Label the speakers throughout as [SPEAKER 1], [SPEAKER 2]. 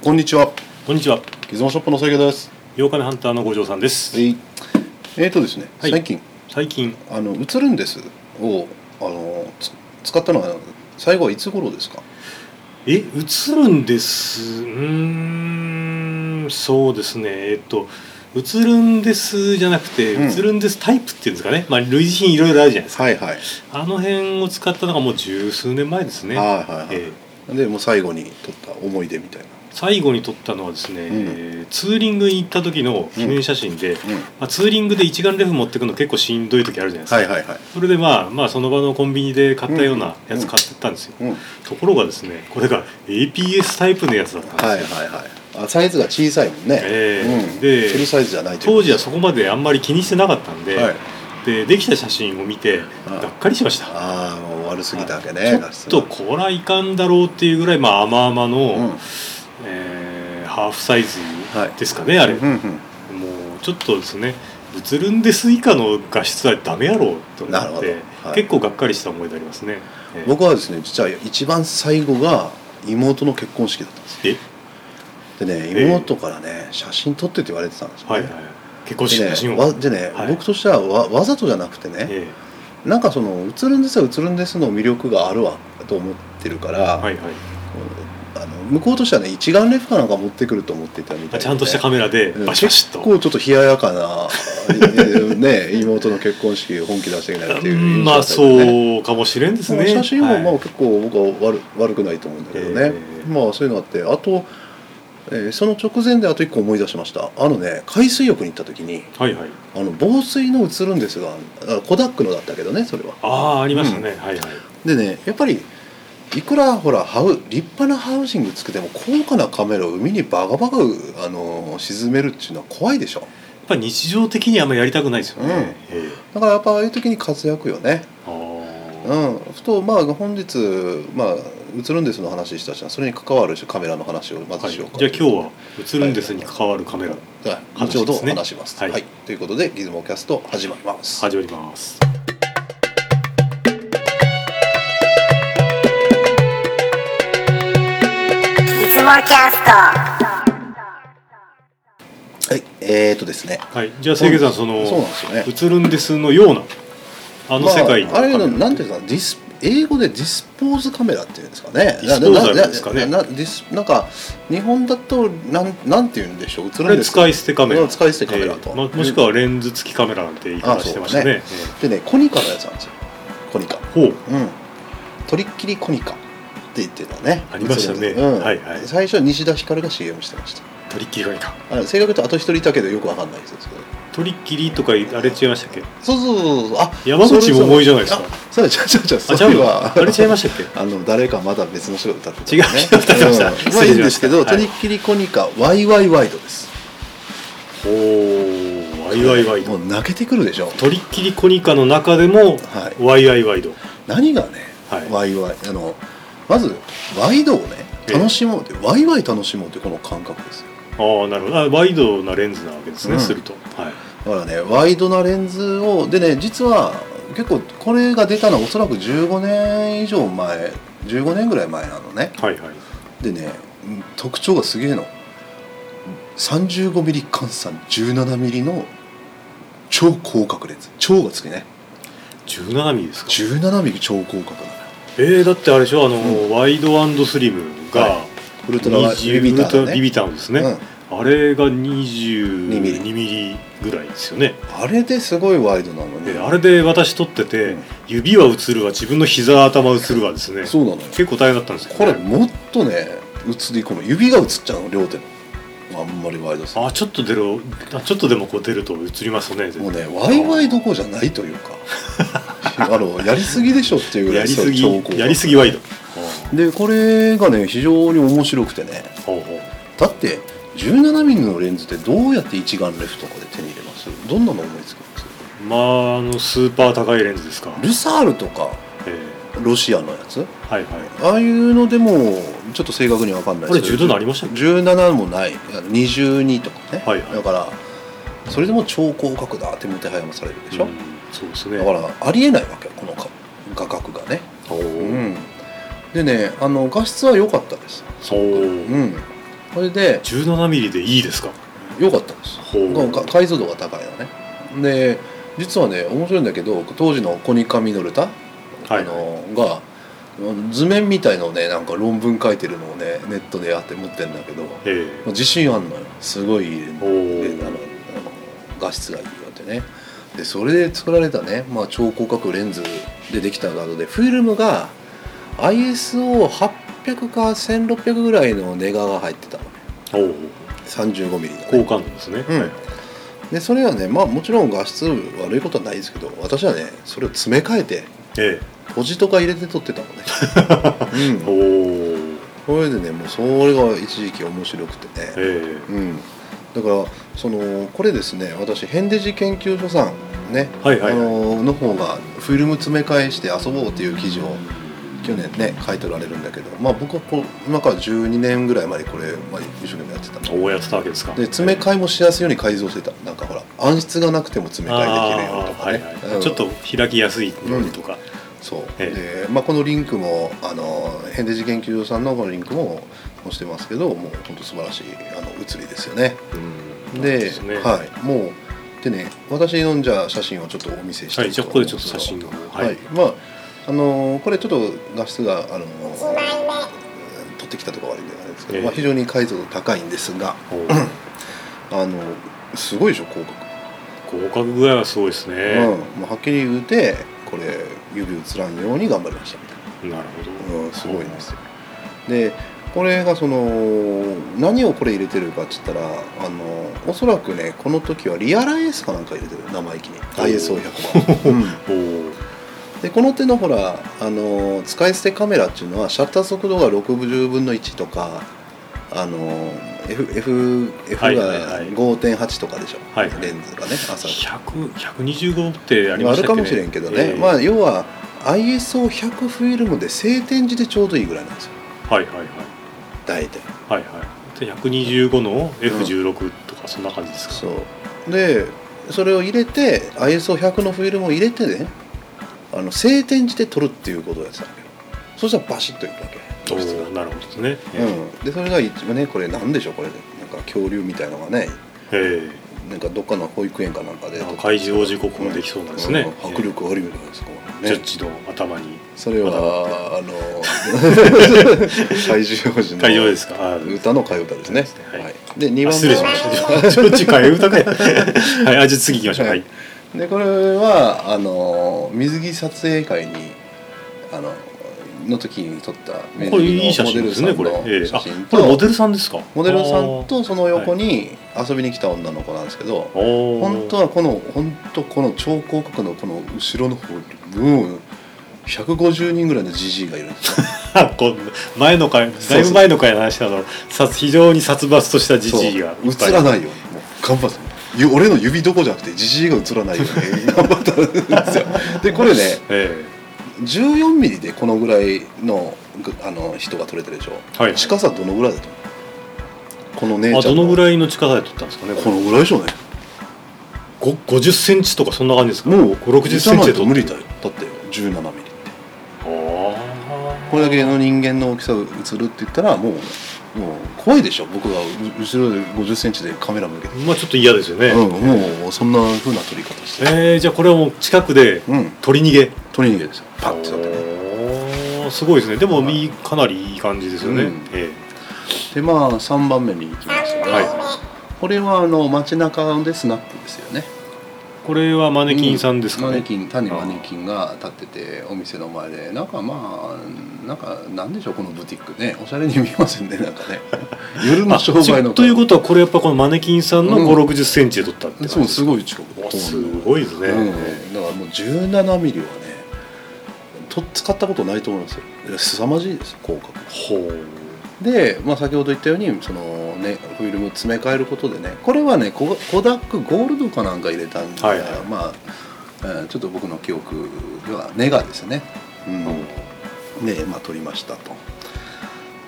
[SPEAKER 1] こんにちは。
[SPEAKER 2] こんにちは。
[SPEAKER 1] ギズモショップの清家です。
[SPEAKER 2] 8日目ハンターの五条さんです。
[SPEAKER 1] はい。えーとですね、
[SPEAKER 2] はい
[SPEAKER 1] 最近
[SPEAKER 2] 最近、
[SPEAKER 1] あの映るんですをあのつ使ったのは最後はいつ頃ですか。
[SPEAKER 2] え、映るんです。うーん、そうですね。えっと、映るんですじゃなくて、
[SPEAKER 1] うん
[SPEAKER 2] 映るんですタイプっていうんですかね。まあ、類似品いろいろあるじゃないですか。
[SPEAKER 1] はいはい。
[SPEAKER 2] あの辺を使ったのがもう十数年前ですね。
[SPEAKER 1] はいはいはい。
[SPEAKER 2] ええ
[SPEAKER 1] でもう最後に撮った思い出みたいな。
[SPEAKER 2] 最後に撮ったのはですね、
[SPEAKER 1] うん
[SPEAKER 2] えーツーリングに行った時の記念写真で、まあ、ツーリングで一眼レフ持ってくの結構しんどい時あるじゃないですか、
[SPEAKER 1] はいはいはい。
[SPEAKER 2] それでまあまあその場のコンビニで買ったようなやつ買ってったんですよ、
[SPEAKER 1] うん。はい
[SPEAKER 2] ところがですねこれが APS タイプのやつだったんですよ、
[SPEAKER 1] はいはい。あサイズが小さいもんね。
[SPEAKER 2] ええ
[SPEAKER 1] うん、
[SPEAKER 2] で
[SPEAKER 1] フルサイズじゃないという
[SPEAKER 2] 当時は
[SPEAKER 1] こ
[SPEAKER 2] そこまであんまり気にしてなかったんで,、
[SPEAKER 1] とですはい。
[SPEAKER 2] でできた写真を見て
[SPEAKER 1] ああ
[SPEAKER 2] がっかりしました
[SPEAKER 1] ああもう悪すぎたわけね。
[SPEAKER 2] はい
[SPEAKER 1] 画質
[SPEAKER 2] ちょっと
[SPEAKER 1] が
[SPEAKER 2] こらいかんだろうっていうぐらいまあ甘々の、
[SPEAKER 1] うん。
[SPEAKER 2] えーハーフサイズ
[SPEAKER 1] はい
[SPEAKER 2] ですかね、あれ、
[SPEAKER 1] う
[SPEAKER 2] も
[SPEAKER 1] ん
[SPEAKER 2] うちょっとですね映るんです以下の画質はダメやろうと思
[SPEAKER 1] なる
[SPEAKER 2] っ
[SPEAKER 1] ほ
[SPEAKER 2] て、
[SPEAKER 1] どはい
[SPEAKER 2] 結構がっかりした思いでありますね、え
[SPEAKER 1] うん
[SPEAKER 2] ー
[SPEAKER 1] 僕はですね実は一番最後が妹の結婚式だったんです
[SPEAKER 2] え
[SPEAKER 1] でね
[SPEAKER 2] ええ
[SPEAKER 1] 妹からね、写真撮ってって言われてたんですよ、ね
[SPEAKER 2] はいはい結婚式の写
[SPEAKER 1] で
[SPEAKER 2] 真
[SPEAKER 1] ね
[SPEAKER 2] を、
[SPEAKER 1] わでね、
[SPEAKER 2] はい
[SPEAKER 1] 僕としてはわわざとじゃなくてね、
[SPEAKER 2] え
[SPEAKER 1] なんかその「映るんですは映るんです」の魅力があるわと思ってるから、
[SPEAKER 2] ーはいはい
[SPEAKER 1] あの向こうとしてはね一眼レフかなんか持ってくると思ってたみたいで、
[SPEAKER 2] あちゃんとしたカメラで
[SPEAKER 1] うん
[SPEAKER 2] バシバシっと、
[SPEAKER 1] 結構ちょっと冷ややかなね妹の結婚式本気出していないっていう
[SPEAKER 2] うん
[SPEAKER 1] 印象
[SPEAKER 2] ま
[SPEAKER 1] だ
[SPEAKER 2] あ
[SPEAKER 1] ったけどね
[SPEAKER 2] そうかもしれんですね
[SPEAKER 1] 写真もまあ
[SPEAKER 2] はい
[SPEAKER 1] 結構僕は悪悪くないと思うんだけどね、
[SPEAKER 2] ええ
[SPEAKER 1] まあそういうのあってあと、えーその直前であと1個思い出しましたあのね海水浴に行った時に
[SPEAKER 2] はいはい
[SPEAKER 1] あの防水の映るんですがあコダックのだったけどねそれは
[SPEAKER 2] ああありましたね、はいはい
[SPEAKER 1] でねやっぱりいくらほらハウ立派なハウジングつけても高価なカメラを海にバカバカ、あのー沈めるっていうのは怖いでしょ
[SPEAKER 2] やっぱり日常的にあんまりやりたくないですよね、
[SPEAKER 1] うん
[SPEAKER 2] ええ
[SPEAKER 1] だからやっぱああいう時に活躍よね
[SPEAKER 2] あー
[SPEAKER 1] うん、ふとまあ本日まあ映るんですの話したしそれに関わるカメラの話をま
[SPEAKER 2] は
[SPEAKER 1] ず
[SPEAKER 2] い、
[SPEAKER 1] し
[SPEAKER 2] じ
[SPEAKER 1] よ
[SPEAKER 2] ゃ
[SPEAKER 1] う
[SPEAKER 2] あ
[SPEAKER 1] か、
[SPEAKER 2] 今日は映るんですに関わるカメラ
[SPEAKER 1] は
[SPEAKER 2] 話
[SPEAKER 1] い後ほど
[SPEAKER 2] ですね
[SPEAKER 1] 話します、
[SPEAKER 2] はい
[SPEAKER 1] はいということでギズモキャスト始まります、
[SPEAKER 2] 始まります
[SPEAKER 3] いつもキャスト
[SPEAKER 1] はい、えー、とですね
[SPEAKER 2] はいじゃあ清家さんその
[SPEAKER 1] そうなんですよね
[SPEAKER 2] 映るんです」のようなあの世界の
[SPEAKER 1] まあ、あ
[SPEAKER 2] カメ
[SPEAKER 1] れ
[SPEAKER 2] ラ、
[SPEAKER 1] のなんていうかなディス英語でディスポーズカメラっていうんですかね
[SPEAKER 2] ディスポーザルですかね
[SPEAKER 1] なななディスなんか日本だとなんなんていうんでしょう映
[SPEAKER 2] こ
[SPEAKER 1] るん
[SPEAKER 2] れ
[SPEAKER 1] です
[SPEAKER 2] 使い捨てカメ
[SPEAKER 1] これ
[SPEAKER 2] ラ
[SPEAKER 1] は使い捨てカメラと、
[SPEAKER 2] ええまあ、もしくはレンズ付きカメラなんて言い方してましたね
[SPEAKER 1] あでねコニカのやつなんですよコニカ
[SPEAKER 2] ええほ
[SPEAKER 1] う
[SPEAKER 2] う
[SPEAKER 1] ん、とりっきりコニカって言ってたね
[SPEAKER 2] ありましたね
[SPEAKER 1] うん
[SPEAKER 2] はいはい
[SPEAKER 1] 最初は西田ひかるが CM してました
[SPEAKER 2] トリッキーカメラ
[SPEAKER 1] あ正確に言うとあと一人いたけどよくわかんないですけど
[SPEAKER 2] トリッキリとかあれ違いましたっけ
[SPEAKER 1] そうそうそうそうあ
[SPEAKER 2] 山口百恵じゃないですか
[SPEAKER 1] それそれあそうじゃじゃ
[SPEAKER 2] あ
[SPEAKER 1] じ
[SPEAKER 2] ち
[SPEAKER 1] ゃ
[SPEAKER 2] ゃ
[SPEAKER 1] そうれ
[SPEAKER 2] わ
[SPEAKER 1] は
[SPEAKER 2] あれ違いましたっけ
[SPEAKER 1] あの誰かまだ別の人が歌ってたよ
[SPEAKER 2] 違う人が歌ってました
[SPEAKER 1] うんま
[SPEAKER 2] 失
[SPEAKER 1] あ
[SPEAKER 2] 礼
[SPEAKER 1] いい
[SPEAKER 2] し
[SPEAKER 1] ん
[SPEAKER 2] ま
[SPEAKER 1] で
[SPEAKER 2] し
[SPEAKER 1] す
[SPEAKER 2] た
[SPEAKER 1] けど、
[SPEAKER 2] はい
[SPEAKER 1] とりっきりコニカ YY ワイドです
[SPEAKER 2] おーワイワイワイ
[SPEAKER 1] も
[SPEAKER 2] ド
[SPEAKER 1] う泣けてくるでしょ
[SPEAKER 2] トリッキリコニカの中でも
[SPEAKER 1] はい
[SPEAKER 2] ワイワイワイド
[SPEAKER 1] 何がね、
[SPEAKER 2] はい
[SPEAKER 1] YY あのまずワイドをね
[SPEAKER 2] ええ
[SPEAKER 1] 楽しもうって YY 楽しもうってこの感覚ですよ
[SPEAKER 2] ああなるほどあワイドなレンズなわけですね、
[SPEAKER 1] うん
[SPEAKER 2] するとはい
[SPEAKER 1] だからねワイドなレンズをでね実は結構これが出たのはおそらく15年以上前15年ぐらい前なのね
[SPEAKER 2] はいはい
[SPEAKER 1] でねうん特徴がすげえの 35mm 換算 17mm の超広角レンズ超がつきね
[SPEAKER 2] 17ミリですか
[SPEAKER 1] 17mm 超広角なのよ
[SPEAKER 2] えー、だってあれでしょあの、
[SPEAKER 1] う
[SPEAKER 2] ワイドスリムが
[SPEAKER 1] はウルトラ
[SPEAKER 2] 20
[SPEAKER 1] ビビター
[SPEAKER 2] ウルト
[SPEAKER 1] だ
[SPEAKER 2] ラ
[SPEAKER 1] ね
[SPEAKER 2] ビビターのですね、
[SPEAKER 1] うん
[SPEAKER 2] あれが
[SPEAKER 1] 2ミリ
[SPEAKER 2] 22ミリぐらいですよね
[SPEAKER 1] あれですごいワイドなのに
[SPEAKER 2] であれで私撮ってて、
[SPEAKER 1] うん
[SPEAKER 2] 指は映るわ自分の膝頭映るわですね
[SPEAKER 1] そうなのよ
[SPEAKER 2] 結構大変だったんですよ、
[SPEAKER 1] これ
[SPEAKER 2] ね、
[SPEAKER 1] もっとね映り込む指が映っちゃうの両手のあんまりワイドすると
[SPEAKER 2] あちょっと出るあちょっとでもこう出ると映りますね
[SPEAKER 1] もうねワイワイどころじゃないという かあのやりすぎでしょっていうぐら
[SPEAKER 2] や
[SPEAKER 1] い
[SPEAKER 2] りす
[SPEAKER 1] そう超高
[SPEAKER 2] ぎやりすぎワイド
[SPEAKER 1] でこれがね非常に面白くてね
[SPEAKER 2] ほうほう
[SPEAKER 1] だって17ミリのレンズってどうやって一眼レフとかで手に入れますどんなの思いつきます
[SPEAKER 2] まああのスーパー高いレンズですか、
[SPEAKER 1] ルサールとか
[SPEAKER 2] え
[SPEAKER 1] ロシアのやつ
[SPEAKER 2] ーはいはい
[SPEAKER 1] ああいうのでもちょっと正確に分かんない
[SPEAKER 2] これ
[SPEAKER 1] けど
[SPEAKER 2] 17ありましたっけ
[SPEAKER 1] 17もない22とかね、
[SPEAKER 2] はいはい
[SPEAKER 1] だからそれでも超広角だってもてはやまされるでしょ、
[SPEAKER 2] うんそうですね
[SPEAKER 1] だからありえないわけよこのか画角がね
[SPEAKER 2] おお、
[SPEAKER 1] うん、でねあの画質は良かったです、
[SPEAKER 2] そう、
[SPEAKER 1] うん、これで
[SPEAKER 2] 17ミリでいいですか
[SPEAKER 1] 良かったんです
[SPEAKER 2] ほう
[SPEAKER 1] なんか解像度が高いのねで実はね面白いんだけど当時のコニカミノルタ、
[SPEAKER 2] はい
[SPEAKER 1] あのが図面みたいのをねなんか論文書いてるのをねネットでやって持ってるんだけど
[SPEAKER 2] え
[SPEAKER 1] 自信あんのよすごいいい
[SPEAKER 2] えお
[SPEAKER 1] であのあ
[SPEAKER 2] ー
[SPEAKER 1] の画質がいいよってねでそれで作られたね、まあ、超広角レンズでできた画像でフィルムが ISO800 か1600ぐらいのネガが入ってたの
[SPEAKER 2] おー
[SPEAKER 1] 35mm の、ね、
[SPEAKER 2] 好感度ですね、
[SPEAKER 1] うん
[SPEAKER 2] はい
[SPEAKER 1] でそれはねまあもちろん画質悪いことはないですけど私はねそれを詰め替えて
[SPEAKER 2] え
[SPEAKER 1] ポジとか入れて撮ってたのね、
[SPEAKER 2] え
[SPEAKER 1] う ん、
[SPEAKER 2] おー
[SPEAKER 1] それでねもうそれが一時期面白くてね、
[SPEAKER 2] え
[SPEAKER 1] うん、だからそのこれですね私ヘンデジ研究所さんね、
[SPEAKER 2] えはいはい
[SPEAKER 1] あ
[SPEAKER 2] はい
[SPEAKER 1] のの方がフィルム詰め替えして遊ぼうっていう記事を去年ね書いておられるんだけど、まあ、僕はこう今から12年ぐらいまでこれ、まあ、一生懸命やってたの
[SPEAKER 2] おおやってたわけですか
[SPEAKER 1] で詰め替えもしやすいように改造してたなんかほら暗室がなくても詰め替えできるようにとかね、
[SPEAKER 2] あーはいはい
[SPEAKER 1] うん
[SPEAKER 2] ちょっと開きやすいようにとか、
[SPEAKER 1] そう、
[SPEAKER 2] え
[SPEAKER 1] で、まあ、このリンクもあのヘンデジ研究所さんのこのリンクも載せてますけどもう本当素晴らしいあの写りですよね
[SPEAKER 2] うん
[SPEAKER 1] で
[SPEAKER 2] そうすねは
[SPEAKER 1] はい、もうでね私のじゃあ写真をちょっとお見せして
[SPEAKER 2] いじゃあここでちょっと写真を
[SPEAKER 1] はい、
[SPEAKER 2] はい
[SPEAKER 1] まああのーこれちょっと画質があのー
[SPEAKER 3] 1枚目
[SPEAKER 1] 撮ってきたとか悪いんであれですけど、
[SPEAKER 2] ええ
[SPEAKER 1] まあ、非常に解像度高いんですが
[SPEAKER 2] お
[SPEAKER 1] あのすごいでしょ広角、
[SPEAKER 2] 合格具合はすごいですね、
[SPEAKER 1] うんまあ、はっきり言うてこれ指映らんように頑張りましたみたい
[SPEAKER 2] なるほど、
[SPEAKER 1] な、うん、すごいんですよでこれがその何をこれ入れてるかっつったらあのおそらくねこの時はリアライエスかなんか入れてる生意気に ISO100 番、うん
[SPEAKER 2] おー
[SPEAKER 1] でこの手のほらあの使い捨てカメラっていうのはシャッター速度が60分の1とかあの F, F, F
[SPEAKER 2] はいはいは
[SPEAKER 1] が
[SPEAKER 2] い
[SPEAKER 1] 5.8とかでしょ、
[SPEAKER 2] はいはい
[SPEAKER 1] レンズがね朝
[SPEAKER 2] 100 125ってあり
[SPEAKER 1] あ
[SPEAKER 2] まし
[SPEAKER 1] る
[SPEAKER 2] た
[SPEAKER 1] か
[SPEAKER 2] っけ、
[SPEAKER 1] も
[SPEAKER 2] ね、
[SPEAKER 1] しれんけどね、
[SPEAKER 2] ええ
[SPEAKER 1] まあ要は ISO100 フィルムで正点字でちょうどいいぐらいなんですよ
[SPEAKER 2] はいはいはい
[SPEAKER 1] 大体
[SPEAKER 2] はいはいで125の F16 とかそんな感じですか、
[SPEAKER 1] そうでそれを入れて ISO100 のフィルムを入れてねあの正点字で撮るっていうことをやってたわけよそしたらバシッといくわけ
[SPEAKER 2] お
[SPEAKER 1] 画質が
[SPEAKER 2] ーなるほどですね、ええ
[SPEAKER 1] うん、でそれが一応ねこれなんでしょうこれなんか恐竜みたいのがね
[SPEAKER 2] え
[SPEAKER 1] なんかどっかの保育園かなんかで
[SPEAKER 2] えあ開示王子国もできそうなんですね、
[SPEAKER 1] うん迫力あるみたいですこう
[SPEAKER 2] ええジャ
[SPEAKER 1] ね
[SPEAKER 2] ッジの頭に
[SPEAKER 1] それはあ の 怪獣王子
[SPEAKER 2] 大丈夫
[SPEAKER 1] の
[SPEAKER 2] ですかあー
[SPEAKER 1] 歌の替え歌ですね
[SPEAKER 2] はい
[SPEAKER 1] はい、で2
[SPEAKER 2] あ
[SPEAKER 1] 番
[SPEAKER 2] 失礼しました。ちょっと次回歌かい。はい、あじゃあ次行きましょう。はい。
[SPEAKER 1] でこれはあの水着撮影会にあのの時に撮った水着
[SPEAKER 2] こ
[SPEAKER 1] の
[SPEAKER 2] れいい写真ですね。これ。
[SPEAKER 1] モデ
[SPEAKER 2] え
[SPEAKER 1] ル
[SPEAKER 2] え
[SPEAKER 1] さん
[SPEAKER 2] あ
[SPEAKER 1] の写真、
[SPEAKER 2] ことれモデルさんですか。
[SPEAKER 1] モデルさんとその横に遊びに来た女の子なんですけど、
[SPEAKER 2] あー。 お
[SPEAKER 1] 本当
[SPEAKER 2] は
[SPEAKER 1] はこの本当この超広角のこの後ろの方にもう150人ぐらいのジジイがいるんですよ
[SPEAKER 2] こんな前の回だいぶ前の回の話なのさ非常に殺伐と したじじいがいっ
[SPEAKER 1] そ
[SPEAKER 2] ぱ。
[SPEAKER 1] う映らないいようにもう頑張ってゆ俺の指どこじゃなくてジジイが映らないように 頑張ったんですよでこれね
[SPEAKER 2] え
[SPEAKER 1] 14ミリでこのぐらいのぐあの人が撮れてるでしょ、
[SPEAKER 2] はい
[SPEAKER 1] 近さどのぐらいだと思うこの姉
[SPEAKER 2] え
[SPEAKER 1] ちゃ
[SPEAKER 2] あ
[SPEAKER 1] ん
[SPEAKER 2] どのぐ
[SPEAKER 1] い
[SPEAKER 2] らいの近さで撮ったんですかね。
[SPEAKER 1] このぐらいでしょうね
[SPEAKER 2] ご五十センチとかそんな感じですか。
[SPEAKER 1] もう
[SPEAKER 2] 五六十センチで撮ってる
[SPEAKER 1] 無理だよだって17ミリって
[SPEAKER 2] あー
[SPEAKER 1] これだけの人間の大きさが映るって言ったらもうもう怖いでしょ僕がう後ろで5 0ンチでカメラ向けて、
[SPEAKER 2] まあちょっと嫌ですよね。
[SPEAKER 1] うん、もうそんな風な撮り方して、
[SPEAKER 2] ええじゃあこれはもう近くで
[SPEAKER 1] うん
[SPEAKER 2] 取り逃げ。
[SPEAKER 1] 取り逃げですよパッて撮ってね
[SPEAKER 2] おーすごいですねでも、いい、かなりいい感じですよね、
[SPEAKER 1] うん
[SPEAKER 2] え
[SPEAKER 1] でまあ3番目に行きます
[SPEAKER 3] 3
[SPEAKER 1] が、
[SPEAKER 3] 枚
[SPEAKER 2] は
[SPEAKER 3] 目
[SPEAKER 1] これはあの街中でスナップですよね
[SPEAKER 2] えこれはマネキンさんですかね、
[SPEAKER 1] マネキン単にマネキンが立っててお店の前でなんかまあなんかなんでしょうこのブティックねおしゃれに見えますんねなん かね夜の
[SPEAKER 2] あ
[SPEAKER 1] 商売の
[SPEAKER 2] ちょということはこれやっぱこのマネキンさんの
[SPEAKER 1] うん
[SPEAKER 2] 5 6 0センチで撮ったって感じ
[SPEAKER 1] そうす
[SPEAKER 2] い
[SPEAKER 1] ごい近く
[SPEAKER 2] すごいですね、
[SPEAKER 1] うん、だからもう17ミリはねと使ったことないと思いますよいや凄まじいですよ広角
[SPEAKER 2] ほう
[SPEAKER 1] で、まあ、先ほど言ったようにその、ね、フィルム詰め替えることでねこれはねココダックゴールドかなんか入れたんだ
[SPEAKER 2] はいはい
[SPEAKER 1] まあえーちょっと僕の記憶ではネガですね、うんで、まあ、撮りましたと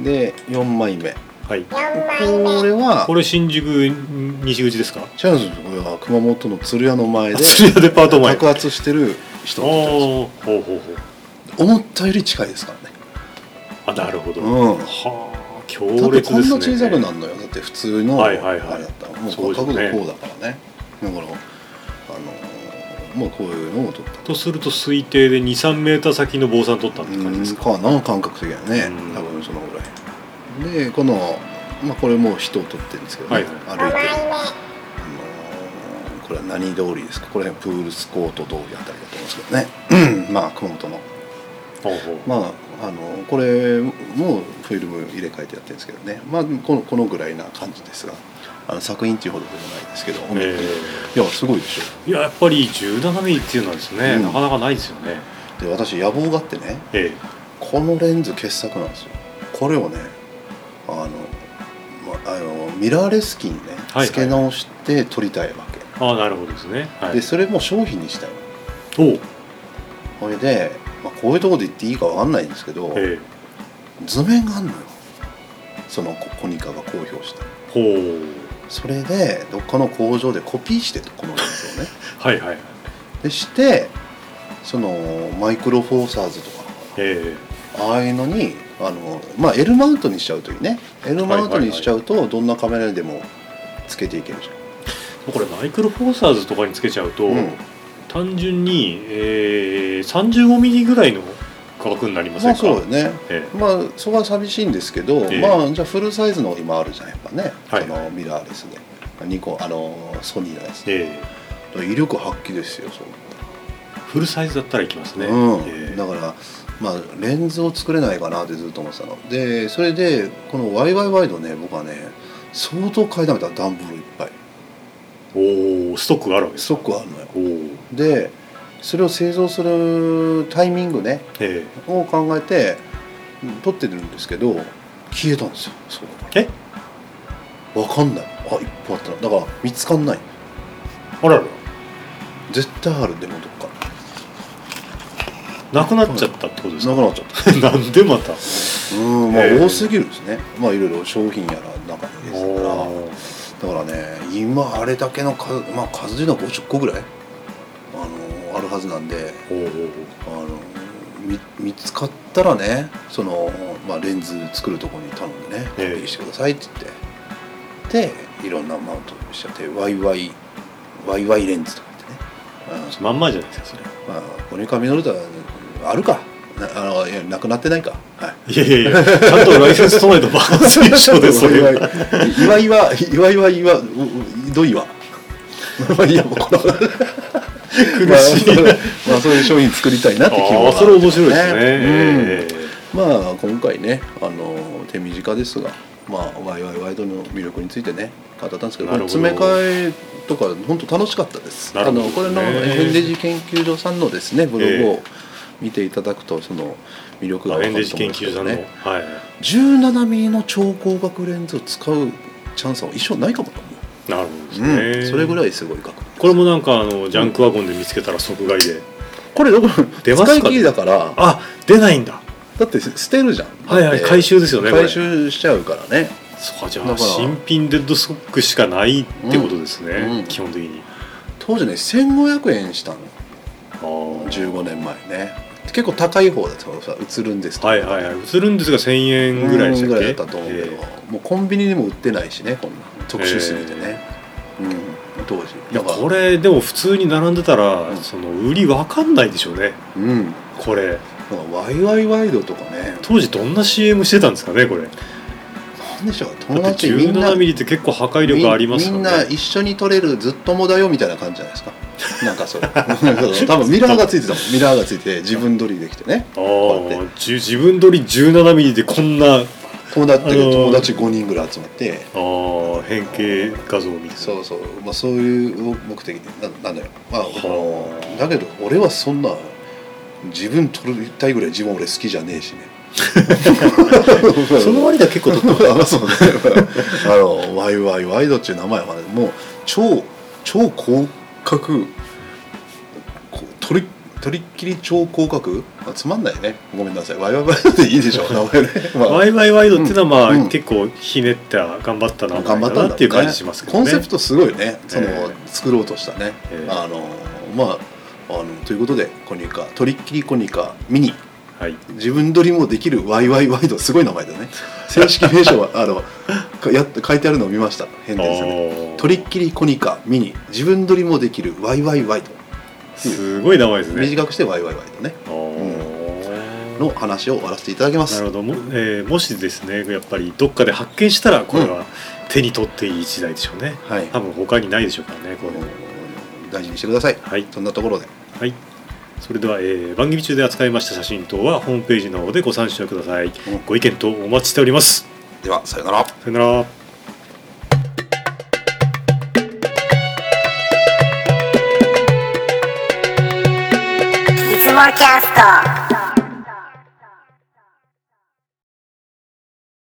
[SPEAKER 1] で4枚目
[SPEAKER 2] はい
[SPEAKER 3] 4枚
[SPEAKER 1] こ
[SPEAKER 3] 目
[SPEAKER 1] れは
[SPEAKER 2] これ新宿西口ですか
[SPEAKER 1] チャンスこれは熊本の鶴屋の前で
[SPEAKER 2] 釣り屋デパート前
[SPEAKER 1] 爆発してる人だっ
[SPEAKER 2] お
[SPEAKER 1] たんですよ
[SPEAKER 2] おーほうほうほう
[SPEAKER 1] 思ったより近いですからね
[SPEAKER 2] あなるほど、は
[SPEAKER 1] う
[SPEAKER 2] あ
[SPEAKER 1] だ
[SPEAKER 2] 強
[SPEAKER 1] って
[SPEAKER 2] 烈
[SPEAKER 1] こ
[SPEAKER 2] で
[SPEAKER 1] ん
[SPEAKER 2] す
[SPEAKER 1] な
[SPEAKER 2] ね
[SPEAKER 1] 小さくなるのよだって普通のあ
[SPEAKER 2] は
[SPEAKER 1] れ
[SPEAKER 2] いはい
[SPEAKER 1] だ
[SPEAKER 2] はい
[SPEAKER 1] ったらもう
[SPEAKER 2] そう
[SPEAKER 1] 角
[SPEAKER 2] です
[SPEAKER 1] 度こう
[SPEAKER 2] ね
[SPEAKER 1] だからねだからあのもうこういうのを撮った
[SPEAKER 2] とすると推定で23メーター先の坊さん取ったって感じですか
[SPEAKER 1] かな感覚的にはね
[SPEAKER 2] うん
[SPEAKER 1] 多分そのぐらいでこの、まあ、これもう人を撮ってるんですけど、ね
[SPEAKER 2] はい
[SPEAKER 1] 歩い
[SPEAKER 3] 甘い
[SPEAKER 1] てる、
[SPEAKER 3] ね
[SPEAKER 1] あのーこれは何通りですかこれはプールスコート通りあたりだと思うんですけどね まあ熊本の
[SPEAKER 2] ほうほう
[SPEAKER 1] まああのこれもフィルム入れ替えてやってるんですけどねまあこのこのぐらいな感じですがあの作品っていうほどでもないですけど、
[SPEAKER 2] え
[SPEAKER 1] いやすごいでしょ
[SPEAKER 2] ーいややっぱり17ミリっていうのはですね、
[SPEAKER 1] うん
[SPEAKER 2] なかなかないですよね
[SPEAKER 1] で私野望があってね
[SPEAKER 2] え
[SPEAKER 1] このレンズ傑作なんですよこれをねあの、まあのミラーレス機にね
[SPEAKER 2] はい
[SPEAKER 1] 付け直して撮りたいわけ、
[SPEAKER 2] えああなるほどですねはい
[SPEAKER 1] でそれも商品にしたいの
[SPEAKER 2] おう
[SPEAKER 1] それで、まあ、こういうとこで言っていいかわかんないんですけど、
[SPEAKER 2] ええ
[SPEAKER 1] 図面があんのよそのココニカが公表した
[SPEAKER 2] ほう
[SPEAKER 1] それでどっかの工場でコピーしてとこのレンズをね
[SPEAKER 2] はいはいはい
[SPEAKER 1] でしてそのマイクロフォーサーズとか
[SPEAKER 2] え
[SPEAKER 1] ああいうのにあの、まあ、L マウントにしちゃうというね L マウントにしちゃうとどんなカメラにでもつけていけるじ
[SPEAKER 2] えこれマイクロフォーサーズとかにつけちゃうと、
[SPEAKER 1] ゃん、うん
[SPEAKER 2] 単純に、えー、35ミリぐらいの価格になりませ
[SPEAKER 1] ま
[SPEAKER 2] ん
[SPEAKER 1] あ
[SPEAKER 2] か、
[SPEAKER 1] そうよね
[SPEAKER 2] ええ
[SPEAKER 1] まあそこは寂しいんですけど、
[SPEAKER 2] ええ
[SPEAKER 1] まあじゃあフルサイズの今あるじゃんやっぱね、
[SPEAKER 2] はい
[SPEAKER 1] そのミラーレスでニコあのソニーのやつ
[SPEAKER 2] え
[SPEAKER 1] 威力発揮ですよそう
[SPEAKER 2] えフルサイズだったらいきますね、
[SPEAKER 1] うん
[SPEAKER 2] ええ
[SPEAKER 1] だから、まあ、レンズを作れないかなってずっと思ってたのでそれでこの YY ワイドね僕はね相当買いだめたダンボールいっぱい
[SPEAKER 2] おおストックがあるわけです
[SPEAKER 1] ストックがあるのよ
[SPEAKER 2] おお
[SPEAKER 1] でそれを製造するタイミングね
[SPEAKER 2] え
[SPEAKER 1] を考えて撮ってるんですけど消えたんですよそこが
[SPEAKER 2] え
[SPEAKER 1] わかんないあいっぱいあったなだから見つかんない
[SPEAKER 2] えあらら
[SPEAKER 1] 絶対あるでもどっか
[SPEAKER 2] なくなっちゃったってことです
[SPEAKER 1] な
[SPEAKER 2] か、
[SPEAKER 1] くなっちゃった
[SPEAKER 2] なんでまた
[SPEAKER 1] うんまあ
[SPEAKER 2] ええ
[SPEAKER 1] 多すぎるんですね、まあいろいろ商品やら中に入れてたから
[SPEAKER 2] おー
[SPEAKER 1] だからね今あれだけの数まあ数でいうのは50個ぐらいあのあるはずなんで
[SPEAKER 2] おー
[SPEAKER 1] あのみ見つかったらねその、まあ、レンズ作るところに頼んでねコピ
[SPEAKER 2] ええ
[SPEAKER 1] ーしてくださいって言ってでいろんなマウントしちゃって YY YY レンズとか言ってね、
[SPEAKER 2] まんまじゃないですかそれ
[SPEAKER 1] うんまあ、コニカミノルタあるかなあのいやなくなってないかはい
[SPEAKER 2] いやいやいやちゃんとライセンス取らないとバカンスでしょでそれ
[SPEAKER 1] わ
[SPEAKER 2] はい
[SPEAKER 1] わいいわいわいわいわどいわまあいいやもうこの苦
[SPEAKER 2] しい
[SPEAKER 1] まあそういう商品作りたいなって気
[SPEAKER 2] あ
[SPEAKER 1] も
[SPEAKER 2] あそれ面白いですね、
[SPEAKER 1] うん
[SPEAKER 2] え
[SPEAKER 1] まあ今回ねあの手短ですがまあワイワイワイドの魅力についてね語ったんですけど
[SPEAKER 2] なるほど
[SPEAKER 1] 詰め替えとか本当楽しかったです
[SPEAKER 2] なる
[SPEAKER 1] あ
[SPEAKER 2] ほど
[SPEAKER 1] のこれの
[SPEAKER 2] ね
[SPEAKER 1] エンデジ研究所さんのですねブログを見ていただくとその魅力
[SPEAKER 2] え
[SPEAKER 1] が分か
[SPEAKER 2] エ
[SPEAKER 1] る
[SPEAKER 2] ン
[SPEAKER 1] と
[SPEAKER 2] デ
[SPEAKER 1] 思
[SPEAKER 2] ジ
[SPEAKER 1] うんですけ
[SPEAKER 2] 研究
[SPEAKER 1] ど
[SPEAKER 2] 所の、
[SPEAKER 1] ね
[SPEAKER 2] はい
[SPEAKER 1] 17ミリの超広角レンズを使うチャンスは一生ないかもと思
[SPEAKER 2] なるほどです
[SPEAKER 1] う、
[SPEAKER 2] ね、
[SPEAKER 1] うん、それぐらいすごい角度
[SPEAKER 2] これもなんかあのジャンクワゴンで見つけたら即買いで
[SPEAKER 1] これどこ
[SPEAKER 2] 出
[SPEAKER 1] 出
[SPEAKER 2] ますか
[SPEAKER 1] 使い切りだから
[SPEAKER 2] あ出ないんだ
[SPEAKER 1] だって捨てるじゃん
[SPEAKER 2] はいはい
[SPEAKER 1] だって
[SPEAKER 2] 回収ですよねこれ
[SPEAKER 1] 回収しちゃうからね
[SPEAKER 2] そうかじゃ
[SPEAKER 1] だ
[SPEAKER 2] あ
[SPEAKER 1] から
[SPEAKER 2] 新品デッドストックしかないってことですね、
[SPEAKER 1] うんうん
[SPEAKER 2] 基本的に
[SPEAKER 1] 当時ね1500円したの
[SPEAKER 2] あー
[SPEAKER 1] 15年前ね結構高い方だったからさ映るんです
[SPEAKER 2] はいはいはい映るんですが1000円ぐ
[SPEAKER 1] ぐ
[SPEAKER 2] ら
[SPEAKER 1] ら
[SPEAKER 2] い
[SPEAKER 1] い
[SPEAKER 2] でしたっけ
[SPEAKER 1] だったと思うけど、もうコンビニにも売ってないしねこんな特殊すぎてね、うん当時
[SPEAKER 2] いやこれでも普通に並んでたら、
[SPEAKER 1] うん
[SPEAKER 2] その売りわかんないでしょうね
[SPEAKER 1] うん
[SPEAKER 2] これ
[SPEAKER 1] なんかワイワイワイドとかね
[SPEAKER 2] 当時どんな CM してたんですかねこれだ
[SPEAKER 1] なんでしょう友
[SPEAKER 2] って
[SPEAKER 1] 達みんな
[SPEAKER 2] 17mm って結構破壊力ありますよね
[SPEAKER 1] みんな一緒に撮れるずっともだよみたいな感じじゃないです かなんかそれそう多分ミラーがついてたもんミラーがついて自分撮りできてね
[SPEAKER 2] あ
[SPEAKER 1] こうや
[SPEAKER 2] ーじゅ自分撮り 17mm でこんなあ
[SPEAKER 1] 友達,、
[SPEAKER 2] あのー
[SPEAKER 1] 友達5人ぐらい集まって
[SPEAKER 2] ー変形画像みたいな
[SPEAKER 1] そうそう、まあ、そういう目的でななんだよ、まあ、
[SPEAKER 2] はあ
[SPEAKER 1] だけど俺はそんな自分撮りたいぐらい自分俺好きじゃねえし ね
[SPEAKER 2] その割には結構撮ってます
[SPEAKER 1] あそうね あのワイワイワイドっていう名前はねもう超超広角こう取り取りっきり超広角あつまんないねごめんなさいワイワイワイドでいいでしょ名前ね、まあ
[SPEAKER 2] ワイワイワイドっていうのはまあ、
[SPEAKER 1] うん
[SPEAKER 2] 結構ひねった頑張ったな
[SPEAKER 1] 頑張ったんだろうね
[SPEAKER 2] っていう感じしますけどね
[SPEAKER 1] コンセプトすごいねその、
[SPEAKER 2] え
[SPEAKER 1] 作ろうとしたね、
[SPEAKER 2] ええ
[SPEAKER 1] あのまああのということでコニカとりっきりコニカミニ
[SPEAKER 2] はい
[SPEAKER 1] 自分撮りもできる YY ワイドすごい名前だね正式名称はあのかや書いてあるのを見ました変ですね
[SPEAKER 2] おー
[SPEAKER 1] とりっきりコニカミニ自分撮りもできる YY ワイ
[SPEAKER 2] すごい名前です
[SPEAKER 1] ド
[SPEAKER 2] ね
[SPEAKER 1] 短くして YY ワイドね
[SPEAKER 2] あー
[SPEAKER 1] の話を終わらせていただきま
[SPEAKER 2] な
[SPEAKER 1] す
[SPEAKER 2] るほども,、えーもしですねやっぱりどっかで発見したらこれは手に取っていい時代でしょうね、
[SPEAKER 1] はい
[SPEAKER 2] 多分他にないでしょうからねこの
[SPEAKER 1] 大事にしてください
[SPEAKER 2] はい
[SPEAKER 1] そんなところで
[SPEAKER 2] はいそれでは、えー番組中で扱いました写真等はホームページの方でご参照ください、
[SPEAKER 1] ん
[SPEAKER 2] ご意見等お待ちしております
[SPEAKER 1] ではさよなら
[SPEAKER 2] さよなら
[SPEAKER 3] いつもキャスト